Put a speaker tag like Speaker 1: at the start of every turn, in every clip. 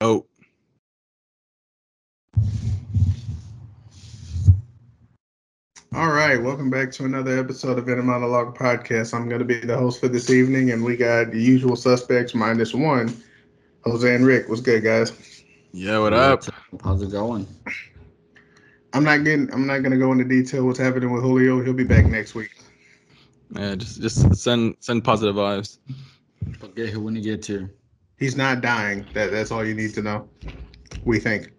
Speaker 1: Oh,
Speaker 2: All right, welcome back to another episode of Inner Monologue Podcast. I'm going to be the host for this evening, and we got the usual suspects minus one, Jose and Rick. What's good, guys?
Speaker 3: Yeah, what up?
Speaker 1: How's it going?
Speaker 2: I'm not getting. I'm not going to go into detail what's happening with Julio. He'll be back next week.
Speaker 3: Yeah, uh, just just send send positive vibes.
Speaker 1: Forget who when you get here.
Speaker 2: He's not dying. That that's all you need to know. We think.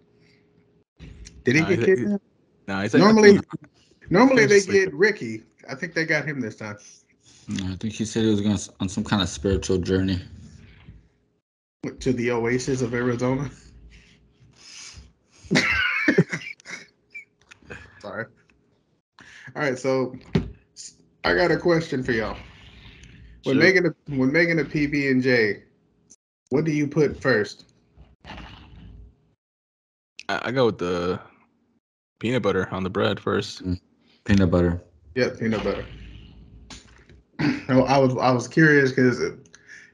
Speaker 2: Did he
Speaker 3: Nah,
Speaker 2: get
Speaker 3: he- he-
Speaker 2: kidnapped?
Speaker 3: Nah, he's
Speaker 2: Normally, normally they
Speaker 3: He's sleeping.
Speaker 2: get Ricky. I think they got him this time.
Speaker 1: I think he said he was going on some kind of spiritual journey.
Speaker 2: Went to the oasis of Arizona. Sorry. All right, so I got a question for y'all.
Speaker 3: Sure.
Speaker 2: When making a when making a PB and J, what do you put first?
Speaker 3: I, I go with the peanut butter on the bread first.
Speaker 1: Peanut butter.
Speaker 2: Yep, peanut butter. No, I was I was curious because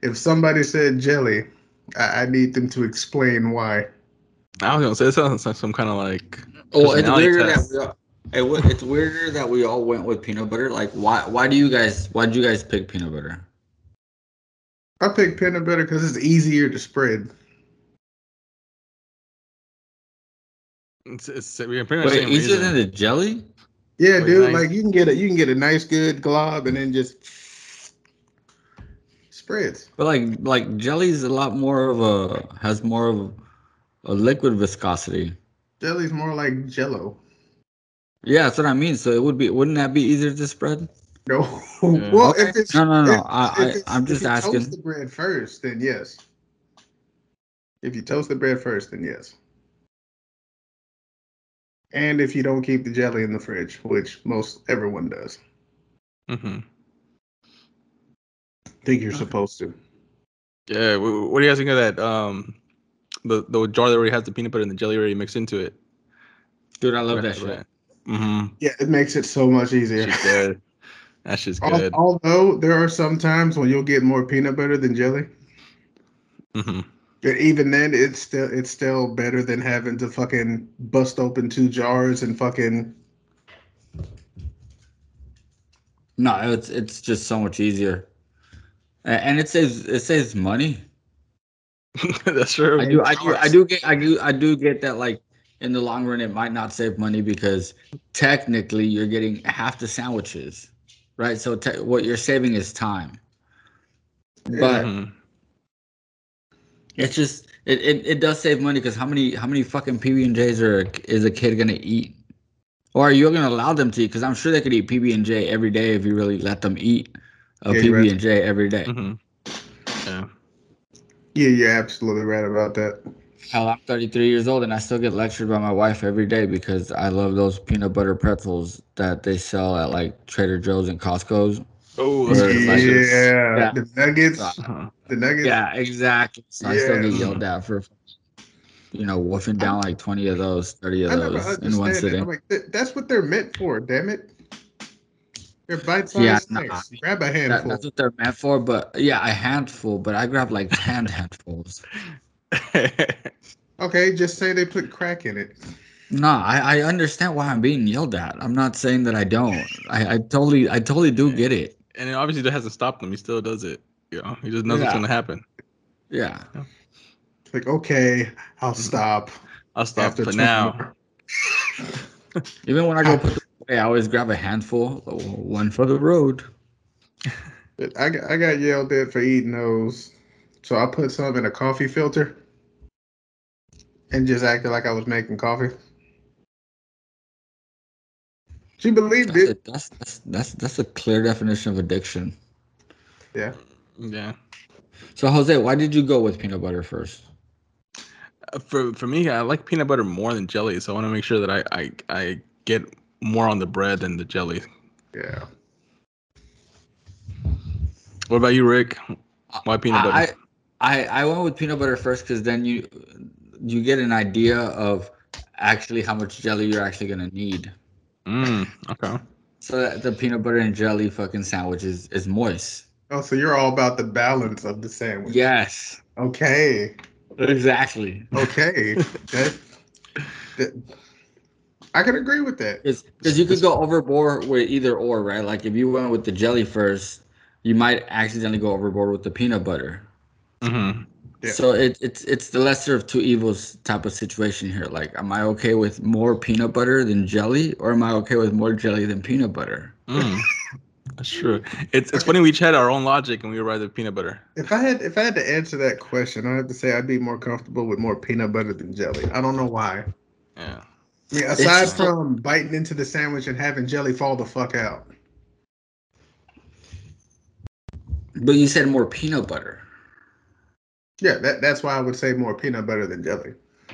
Speaker 2: if somebody said jelly, I, I need them to explain why.
Speaker 3: I was gonna say it sounds like some kind of like
Speaker 1: Oh, it's
Speaker 3: Personality
Speaker 1: weirder
Speaker 3: test.
Speaker 1: that we all, it, wa- it's weirder that we all went with peanut butter. Like, why? Why do you guys? Why did you guys pick peanut butter?
Speaker 2: I pick peanut butter because it's easier to spread.
Speaker 3: it's, it's we're pretty much the
Speaker 1: Wait,
Speaker 3: same
Speaker 1: easier
Speaker 3: reason.
Speaker 1: than the jelly?
Speaker 2: Yeah,
Speaker 3: Like
Speaker 2: dude.
Speaker 3: nice-
Speaker 2: Like you can get a you can get a nice good glob and then just spreads.
Speaker 1: But like, like jelly's a lot more of a has more of a liquid viscosity.
Speaker 2: Jelly's more like Jello.
Speaker 1: Yeah, that's what I mean. So it would be wouldn't that be easier to spread?
Speaker 2: No.
Speaker 3: Yeah.
Speaker 2: well,
Speaker 1: Okay.
Speaker 2: if it's
Speaker 1: No, no,
Speaker 2: if-
Speaker 1: no. I,
Speaker 2: if it's-
Speaker 1: I I'm just
Speaker 2: if you
Speaker 1: asking.
Speaker 2: Toast the bread first, then yes. If you toast the bread first, then yes. And if you don't keep the jelly in the fridge, which most everyone does,
Speaker 3: Mhm.
Speaker 2: I think you're supposed to.
Speaker 3: Yeah, wh- wh- what do you guys think of that? Um, the the jar that already has the peanut butter and the jelly already mixed into it.
Speaker 1: Dude, I love that shit.
Speaker 3: Mm-hmm.
Speaker 2: Yeah, it makes it so much easier.
Speaker 3: She's good. That shit's
Speaker 2: Al-
Speaker 3: good.
Speaker 2: Although there are some times when you'll get more peanut butter than jelly.
Speaker 3: hmm
Speaker 2: But even then, it's still it's still better than having to fucking bust open two jars and fucking
Speaker 1: No, it's it's just so much easier, A- and it saves it saves money.
Speaker 3: Mm-hmm. That's true.
Speaker 1: I do, I do, I do get, I do, I do get that. Like in the long run, it might not save money because technically you're getting half the sandwiches, right? So te- what you're saving is time, but
Speaker 3: Mhm.
Speaker 1: it's just it, it, it does save money because how many how many fucking PB and J's are a- is a kid gonna eat, or you're gonna allow them to eat? Because I'm sure they could eat PB and J every day if you really let them eat a
Speaker 2: Yeah, you're right. Mm-hmm.
Speaker 1: PB and J every day.
Speaker 3: Mhm. Yeah.
Speaker 2: yeah, you're absolutely right about that.
Speaker 1: Hell, I'm 33 years old and I still get lectured by my wife every day because I love those peanut butter pretzels that they sell at like Trader Joe's and Costco's.
Speaker 3: Oh,
Speaker 1: Those are
Speaker 2: Yeah,
Speaker 1: delicious. Yeah.
Speaker 2: the nuggets,
Speaker 1: Uh,
Speaker 3: Uh-huh.
Speaker 2: the nuggets.
Speaker 1: Yeah, exactly. So I still get
Speaker 3: Yeah.
Speaker 1: yelled at for, you know, wolfing down like 20 of those, 30 of
Speaker 2: I never
Speaker 1: those in
Speaker 2: understand
Speaker 1: one
Speaker 2: it.
Speaker 1: sitting.
Speaker 2: I'm like, "Th- that's what they're meant for. Damn it, they're bite-sized
Speaker 1: Yeah, nah.
Speaker 2: snacks. Grab a
Speaker 1: That-
Speaker 2: handful.
Speaker 1: that's what they're meant for, but yeah, a handful, but I grab like 10 handfuls.
Speaker 3: Uh-huh.
Speaker 2: okay, just say they put crack in it.
Speaker 1: No, I, I understand why I'm being yelled at. I'm not saying that I don't. I, I totally, I totally do get it.
Speaker 3: and it obviously that hasn't stopped him. He still does it. You know, he just knows what's
Speaker 1: Yeah.
Speaker 3: gonna happen.
Speaker 1: Yeah.
Speaker 2: It's Like, okay, I'll stop
Speaker 3: I'll stop
Speaker 2: after
Speaker 3: for
Speaker 2: two
Speaker 3: now.
Speaker 2: more.
Speaker 1: Even when I go put them away, I always grab a handful, one for the road.
Speaker 2: But I got, I got yelled at for eating those, so I put some in a coffee filter, and just acted like I was making coffee. She believed
Speaker 1: That's,
Speaker 2: it.
Speaker 1: a, that's, that's, that's, that's a clear definition of addiction.
Speaker 2: Yeah,
Speaker 3: Yeah.
Speaker 1: So, Jose, why did you go with peanut butter first?
Speaker 3: Uh, For for me, I like peanut butter more than jelly, so I want to make sure that I, I I get more on the bread than the jelly.
Speaker 2: yeah.
Speaker 3: What about you, Rick? Why peanut butter?
Speaker 1: I, I, I went with peanut butter first because then you you get an idea of actually how much jelly you're actually going to need.
Speaker 3: mm, okay.
Speaker 1: So that the peanut butter and jelly fucking sandwich is, is moist.
Speaker 2: Oh, so you're all about the balance of the sandwich.
Speaker 1: Yes.
Speaker 2: Okay.
Speaker 1: Exactly.
Speaker 2: Okay. that, that- I can agree with that.
Speaker 1: Because you could go overboard with either or, right? Like if you went with the jelly first, you might accidentally go overboard with the peanut butter.
Speaker 3: Mm-hmm.
Speaker 2: Yeah.
Speaker 1: So it, it's it's the lesser of two evils type of situation here. Like, am I okay with more peanut butter than jelly, or am I okay with more jelly than peanut butter?
Speaker 3: Mm. That's true. It's it's funny we each had our own logic and we arrived at peanut butter.
Speaker 2: If I had if I had to answer that question, I have to say I'd be more comfortable with more peanut butter than jelly. I don't know why.
Speaker 3: Yeah.
Speaker 2: I mean, aside
Speaker 1: just-
Speaker 2: from biting into the sandwich and having jelly fall the fuck out.
Speaker 1: But you said more peanut butter.
Speaker 2: Yeah, that, that's why I would say more peanut butter than jelly.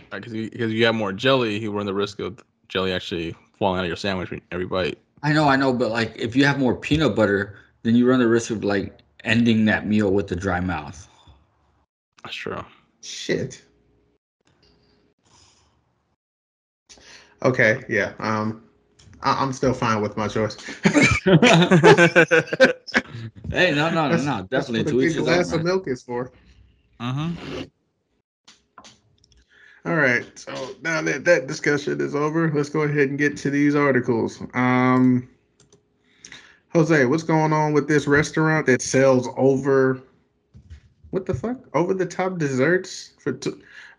Speaker 3: Because you, 'cause you have more jelly, you run the risk of jelly actually falling out of your sandwich when- every bite.
Speaker 1: I know, I know, but like if you have more peanut butter, then you run the risk of like ending that meal with a dry mouth.
Speaker 3: That's true.
Speaker 2: Shit. Okay, yeah. Um, I, I'm still fine with my choice.
Speaker 1: hey,
Speaker 3: mm-hmm.
Speaker 1: no, no, no,
Speaker 2: That's-
Speaker 1: no,
Speaker 2: That's
Speaker 1: definitely.
Speaker 2: what
Speaker 1: To
Speaker 2: a
Speaker 1: each
Speaker 2: big
Speaker 1: his
Speaker 2: glass of
Speaker 1: own.
Speaker 2: milk is for. All right. So now that that discussion is over, let's go ahead and get to these articles. Um, Jose, what's going on with this restaurant that sells over? What the fuck? Over the top desserts for? T-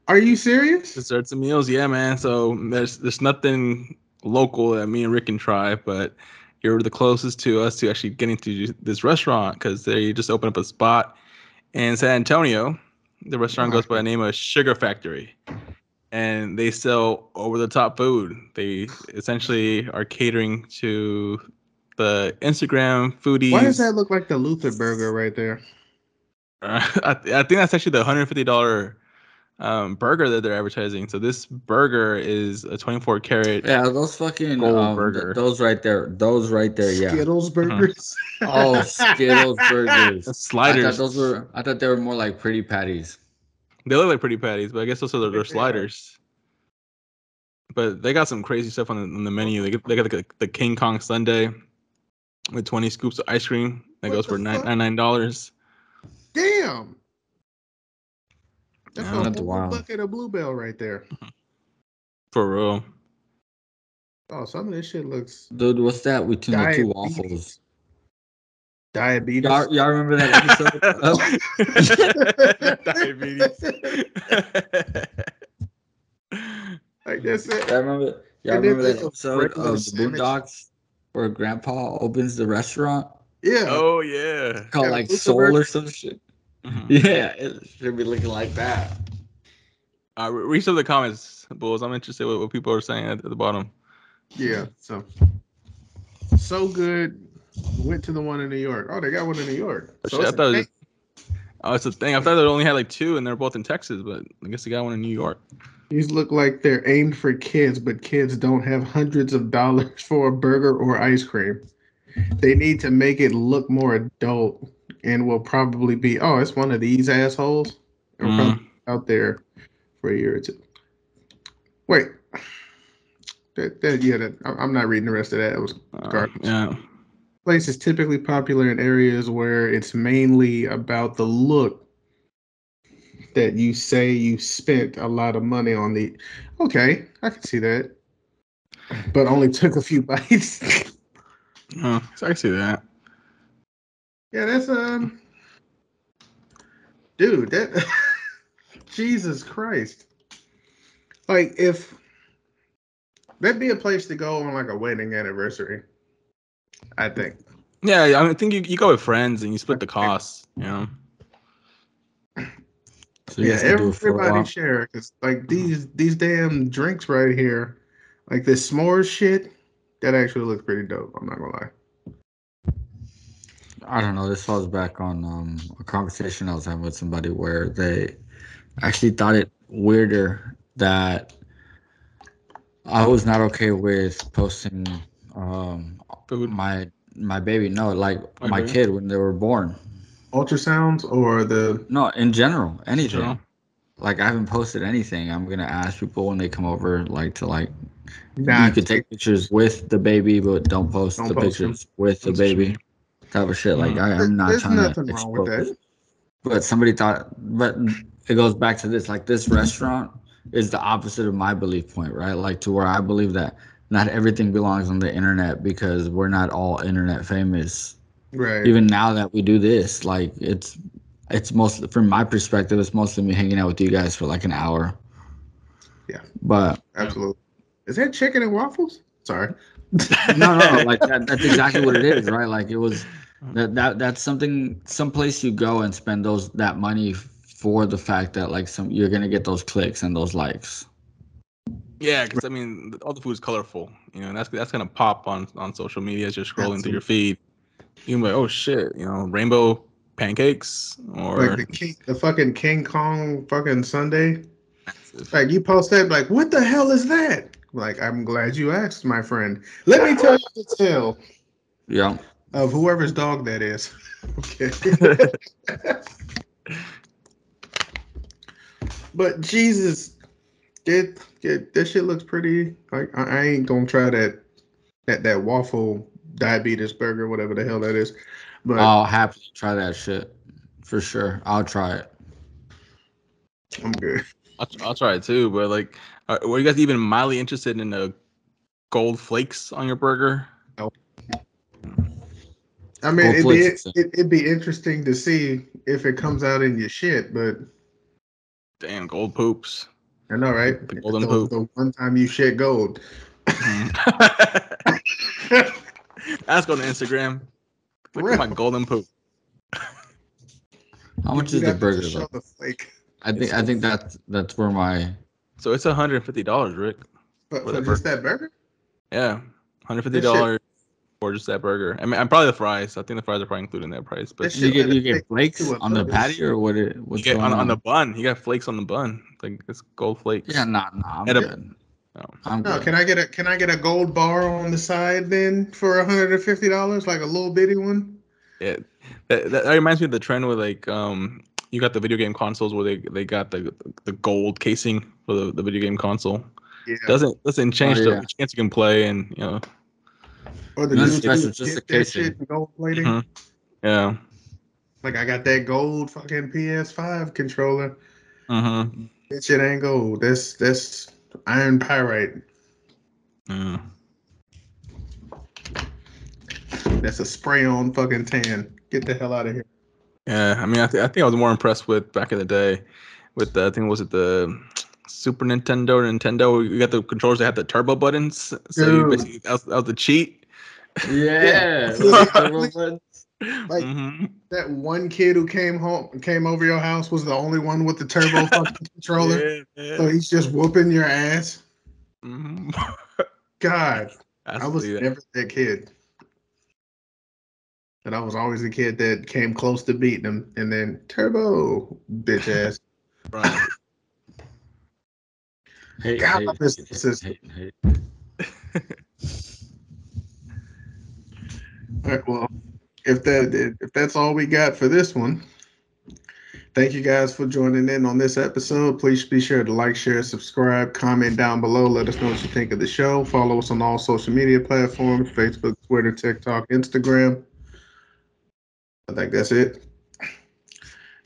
Speaker 2: Are you serious?
Speaker 3: Desserts and meals, yeah, man. So there's there's nothing local that me and Rick can try, but you're the closest to us to actually getting to this restaurant because they just opened up a spot in San Antonio. The restaurant goes by the name of Sugar Factory, and they sell over the top food. They essentially are catering to the Instagram foodies.
Speaker 2: Why does that look like the Luther Burger right there?
Speaker 3: Uh, I, th- I think that's actually the hundred fifty dollar um, burger that they're advertising. So this burger is a twenty four carat.
Speaker 1: Yeah, those fucking
Speaker 3: Gold
Speaker 1: um, th-
Speaker 3: burger.
Speaker 1: those right there, those right there, yeah.
Speaker 2: Skittles burgers.
Speaker 1: Oh, Skittles burgers. I
Speaker 3: Sliders.
Speaker 1: thought those were. I thought they were more like pretty patties.
Speaker 3: They look like pretty patties, but I guess those are their, their
Speaker 2: Yeah.
Speaker 3: sliders. But they got some crazy stuff on the, on the menu. They got, they got the, the King Kong Sundae with twenty scoops of ice cream that
Speaker 2: What
Speaker 3: goes
Speaker 2: the
Speaker 3: for
Speaker 2: fuck?
Speaker 3: nine nine dollars.
Speaker 2: Damn. That's
Speaker 3: Yeah.
Speaker 2: a
Speaker 1: That's
Speaker 2: whole
Speaker 1: wild.
Speaker 2: bucket of bluebell right there.
Speaker 3: For real,
Speaker 2: Oh, some of this shit looks
Speaker 1: Dude, what's that? We tuned the two
Speaker 2: Diabetes.
Speaker 1: waffles.
Speaker 2: diabetes.
Speaker 1: Y'all, y'all remember that episode? Oh,
Speaker 3: diabetes.
Speaker 2: like that's it.
Speaker 1: y'all remember? Y'all
Speaker 2: And then
Speaker 1: remember that
Speaker 2: there's a
Speaker 1: episode
Speaker 2: regular
Speaker 1: of the
Speaker 2: sandwich.
Speaker 1: Boondocks where Grandpa opens the restaurant
Speaker 2: Yeah.
Speaker 3: oh yeah.
Speaker 1: called
Speaker 2: Yeah,
Speaker 1: like
Speaker 2: Luther
Speaker 1: Soul
Speaker 2: Burger.
Speaker 1: or some shit?
Speaker 3: Mhm.
Speaker 1: Yeah, it should be looking like that.
Speaker 3: Uh, re- read some of the comments, Bulls. I'm interested what, what people are saying at, at the bottom.
Speaker 2: Yeah. So so good. Went to the one in New York. Oh, they got one in New York. So
Speaker 3: Shit, I
Speaker 2: it's a
Speaker 3: thought it
Speaker 2: thing.
Speaker 3: was- oh, it's a thing. I thought they only had like two, and they're both in Texas, but I guess they got one in New York.
Speaker 2: these look like they're aimed for kids, but kids don't have hundreds of dollars for a burger or ice cream. They need to make it look more adult, and will probably be oh, it's one of these assholes It'll
Speaker 3: Mm.
Speaker 2: probably be out there for a year or two. Wait. That, that, yeah, that, I- I'm not reading the rest of that. It was
Speaker 3: Uh,
Speaker 2: Garbage.
Speaker 3: yeah.
Speaker 2: place is typically popular in areas where it's mainly about the look that you say you spent a lot of money on the okay i can see that but only took a few bites
Speaker 3: Oh, so I can see that.
Speaker 2: yeah that's um dude that jesus christ like if that'd be a place to go on like a wedding anniversary i think
Speaker 3: Yeah, yeah, I, mean, I think you, you go with friends and you split the costs. You know.
Speaker 1: So you
Speaker 2: Yeah,
Speaker 1: guys can do it for a while.
Speaker 2: everybody share because like these these damn drinks right here, like this s'mores shit, that actually looks pretty dope. I'm not gonna lie.
Speaker 1: I don't know. This falls back on um, a conversation I was having with somebody where they actually thought it weirder that I was not okay with posting um,
Speaker 3: Food.
Speaker 1: my my baby. No, like
Speaker 3: My
Speaker 1: my
Speaker 3: baby?
Speaker 1: kid when they were born.
Speaker 2: Ultrasounds or the
Speaker 1: No, in general, anything.
Speaker 3: general.
Speaker 1: Like I haven't posted anything. I'm gonna ask people when they come over, like to like
Speaker 2: nah,
Speaker 1: you could take pictures with the baby, but don't post
Speaker 2: Don't
Speaker 1: the
Speaker 2: post them.
Speaker 1: pictures with the
Speaker 3: That's a shame.
Speaker 1: baby. Type of shit. Like I,
Speaker 2: There-
Speaker 1: I'm not
Speaker 2: there's
Speaker 1: trying
Speaker 2: nothing
Speaker 1: to
Speaker 2: wrong with
Speaker 1: expose-
Speaker 2: that.
Speaker 1: But somebody thought, but it goes back to this. Like this restaurant is the opposite of my belief point, right? Like to where I believe that not everything belongs on the internet because we're not all internet famous.
Speaker 2: Right.
Speaker 1: Even now that we do this, like it's it's mostly from my perspective, it's mostly me hanging out with you guys for like an hour.
Speaker 2: Yeah.
Speaker 1: But
Speaker 2: Absolutely. Is that chicken and waffles? Sorry.
Speaker 1: no, no, like that, that's exactly what it is, right? Like it was that that that's something someplace you go and spend those that money for the fact that like some you're gonna get those clicks and those likes.
Speaker 3: Yeah, because I mean, all the food's colorful, you know, and that's that's gonna pop on on social media as you're scrolling through your feed. You can be like, oh shit, you know, rainbow pancakes or
Speaker 2: Like the king, the fucking King Kong fucking Sunday. Like you post that, like what the hell is that? Like I'm glad you asked, my friend. Let me tell you the tale
Speaker 1: Yeah.
Speaker 2: of whoever's dog that is. Okay. but Jesus, get get that shit looks pretty. Like I, I ain't gonna try that that that waffle diabetes burger, whatever the hell that is. But
Speaker 1: I'll happily try that shit. For sure. I'll try it.
Speaker 2: I'm good.
Speaker 3: I'll, I'll try it too. But like, are, were you guys even mildly interested in the gold flakes on your burger?
Speaker 2: I mean, it'd
Speaker 1: Hopefully
Speaker 2: be, it,
Speaker 1: it's-
Speaker 2: it'd be interesting to see if it comes out in your shit, but
Speaker 3: Damn, gold poops.
Speaker 2: I know, right?
Speaker 3: The golden
Speaker 2: the,
Speaker 3: poop.
Speaker 2: the one time you shit gold.
Speaker 3: Mm. That's going to Instagram. Look at my
Speaker 2: Real.
Speaker 3: golden poop.
Speaker 1: How much
Speaker 2: You'd
Speaker 1: is the
Speaker 2: have to
Speaker 1: burger
Speaker 2: show
Speaker 1: though?
Speaker 2: the flake.
Speaker 1: I think I think that's that's where my
Speaker 3: So it's hundred and fifty dollars, Rick.
Speaker 2: But
Speaker 3: For
Speaker 2: for
Speaker 3: the
Speaker 2: just that burger?
Speaker 3: Yeah, hundred fifty dollars for just that burger. I mean, I'm probably the fries. I think the fries are probably included in that price. But
Speaker 2: This shit
Speaker 1: you get you
Speaker 2: had
Speaker 1: get
Speaker 2: a-
Speaker 1: flakes
Speaker 2: to a
Speaker 1: on the
Speaker 2: burger.
Speaker 1: patty or what it
Speaker 3: you
Speaker 1: what's
Speaker 3: get
Speaker 1: going
Speaker 3: on, on the bun. You got flakes on the bun. Like it's gold flakes.
Speaker 1: Yeah, no, no, I'm
Speaker 3: At a-
Speaker 1: good.
Speaker 3: No.
Speaker 1: I'm
Speaker 2: No,
Speaker 1: good.
Speaker 2: can I get a can I get a gold bar on the side then for hundred and fifty dollars, like a little bitty one?
Speaker 3: Yeah, that, that, that reminds me of the trend where like um you got the video game consoles where they they got the the gold casing for the, the video game console.
Speaker 2: Yeah.
Speaker 3: Doesn't doesn't change
Speaker 1: Oh,
Speaker 3: the
Speaker 1: yeah.
Speaker 3: which games you can play and you know
Speaker 2: or the
Speaker 1: Nothing
Speaker 2: dudes
Speaker 1: special,
Speaker 2: who
Speaker 1: just
Speaker 2: get
Speaker 1: a
Speaker 2: their
Speaker 1: casing. Uh-huh.
Speaker 2: shit in gold plating.
Speaker 3: Mhm. yeah.
Speaker 2: Like I got that gold fucking PS5 controller.
Speaker 3: Mm-hmm.
Speaker 2: That shit ain't gold. That's that's iron pyrite.
Speaker 3: Yeah.
Speaker 2: That's a spray on fucking tan. Get the hell out of here.
Speaker 3: Yeah, I mean, I, th- I think I was more impressed with back in the day, with the I think was it the Super Nintendo, or Nintendo. You got the controllers that had the turbo buttons, so you
Speaker 2: Dude.
Speaker 3: basically that was, that was the cheat.
Speaker 1: Yeah.
Speaker 2: Like-
Speaker 3: Mhm.
Speaker 2: That one kid who came home came over your house was the only one with the turbo fucking controller.
Speaker 3: Yeah, yeah.
Speaker 2: So he's just whooping your ass.
Speaker 3: Mhm.
Speaker 2: God.
Speaker 3: I
Speaker 2: I was
Speaker 3: see that.
Speaker 2: never that kid. And I was always the kid that came close to beating him and then turbo bitch ass.
Speaker 3: Right.
Speaker 1: Hate,
Speaker 2: God,
Speaker 1: hate,
Speaker 2: my business is-
Speaker 1: hate, hate.
Speaker 2: all right, well, if that if that's all we got for this one, thank you guys for joining in on this episode. Please be sure to like, share, subscribe, comment down below. Let us know what you think of the show. Follow us on all social media platforms: Facebook, Twitter, TikTok, Instagram. I think that's it.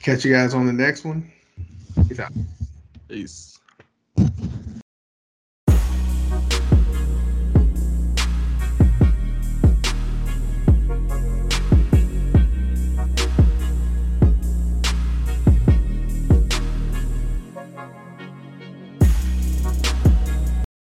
Speaker 2: Catch you guys on the next one. Peace out.
Speaker 3: Peace.